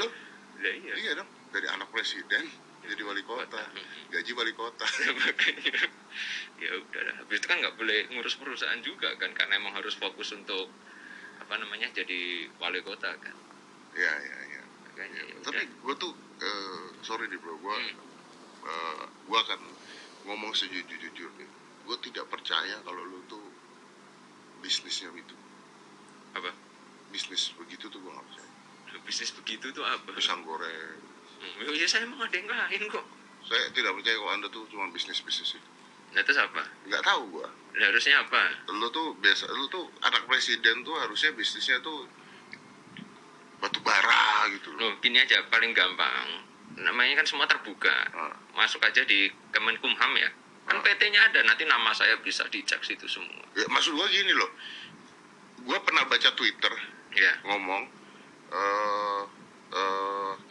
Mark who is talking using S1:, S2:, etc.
S1: Lah iya.
S2: Iya dong, dari anak presiden jadi wali kota, gaji wali kota.
S1: Makanya, ya udah lah. Habis itu kan nggak boleh ngurus perusahaan juga kan karena emang harus fokus untuk apa namanya jadi wali kota kan.
S2: Iya, iya, iya.
S1: Makanya ya
S2: Tapi
S1: udah.
S2: gue tuh, eh, sorry nih bro, gue
S1: Hmm.
S2: eh, gua akan ngomong sejujur-jujurnya. Gue tidak percaya kalau lu tuh bisnisnya itu.
S1: Apa?
S2: Bisnis begitu tuh gue gak percaya.
S1: Bisnis begitu tuh apa?
S2: Pisang goreng.
S1: Hmm, Ya saya emang ada yang lain kok.
S2: Saya tidak percaya kalau anda tuh cuma bisnis-bisnis itu.
S1: Nah terus apa?
S2: Nggak tahu gue.
S1: Lah, harusnya apa?
S2: Lu tuh biasa, lu tuh anak presiden tuh harusnya bisnisnya tuh batu bara gitu loh.
S1: Loh, gini aja paling gampang. Namanya kan semua terbuka.
S2: Ah,
S1: masuk aja di Kemenkumham ya kan
S2: Ah.
S1: PT-nya ada nanti nama saya bisa dicek situ semua
S2: Ya, maksud gue gini loh, gue pernah baca Twitter
S1: ya
S2: ngomong eh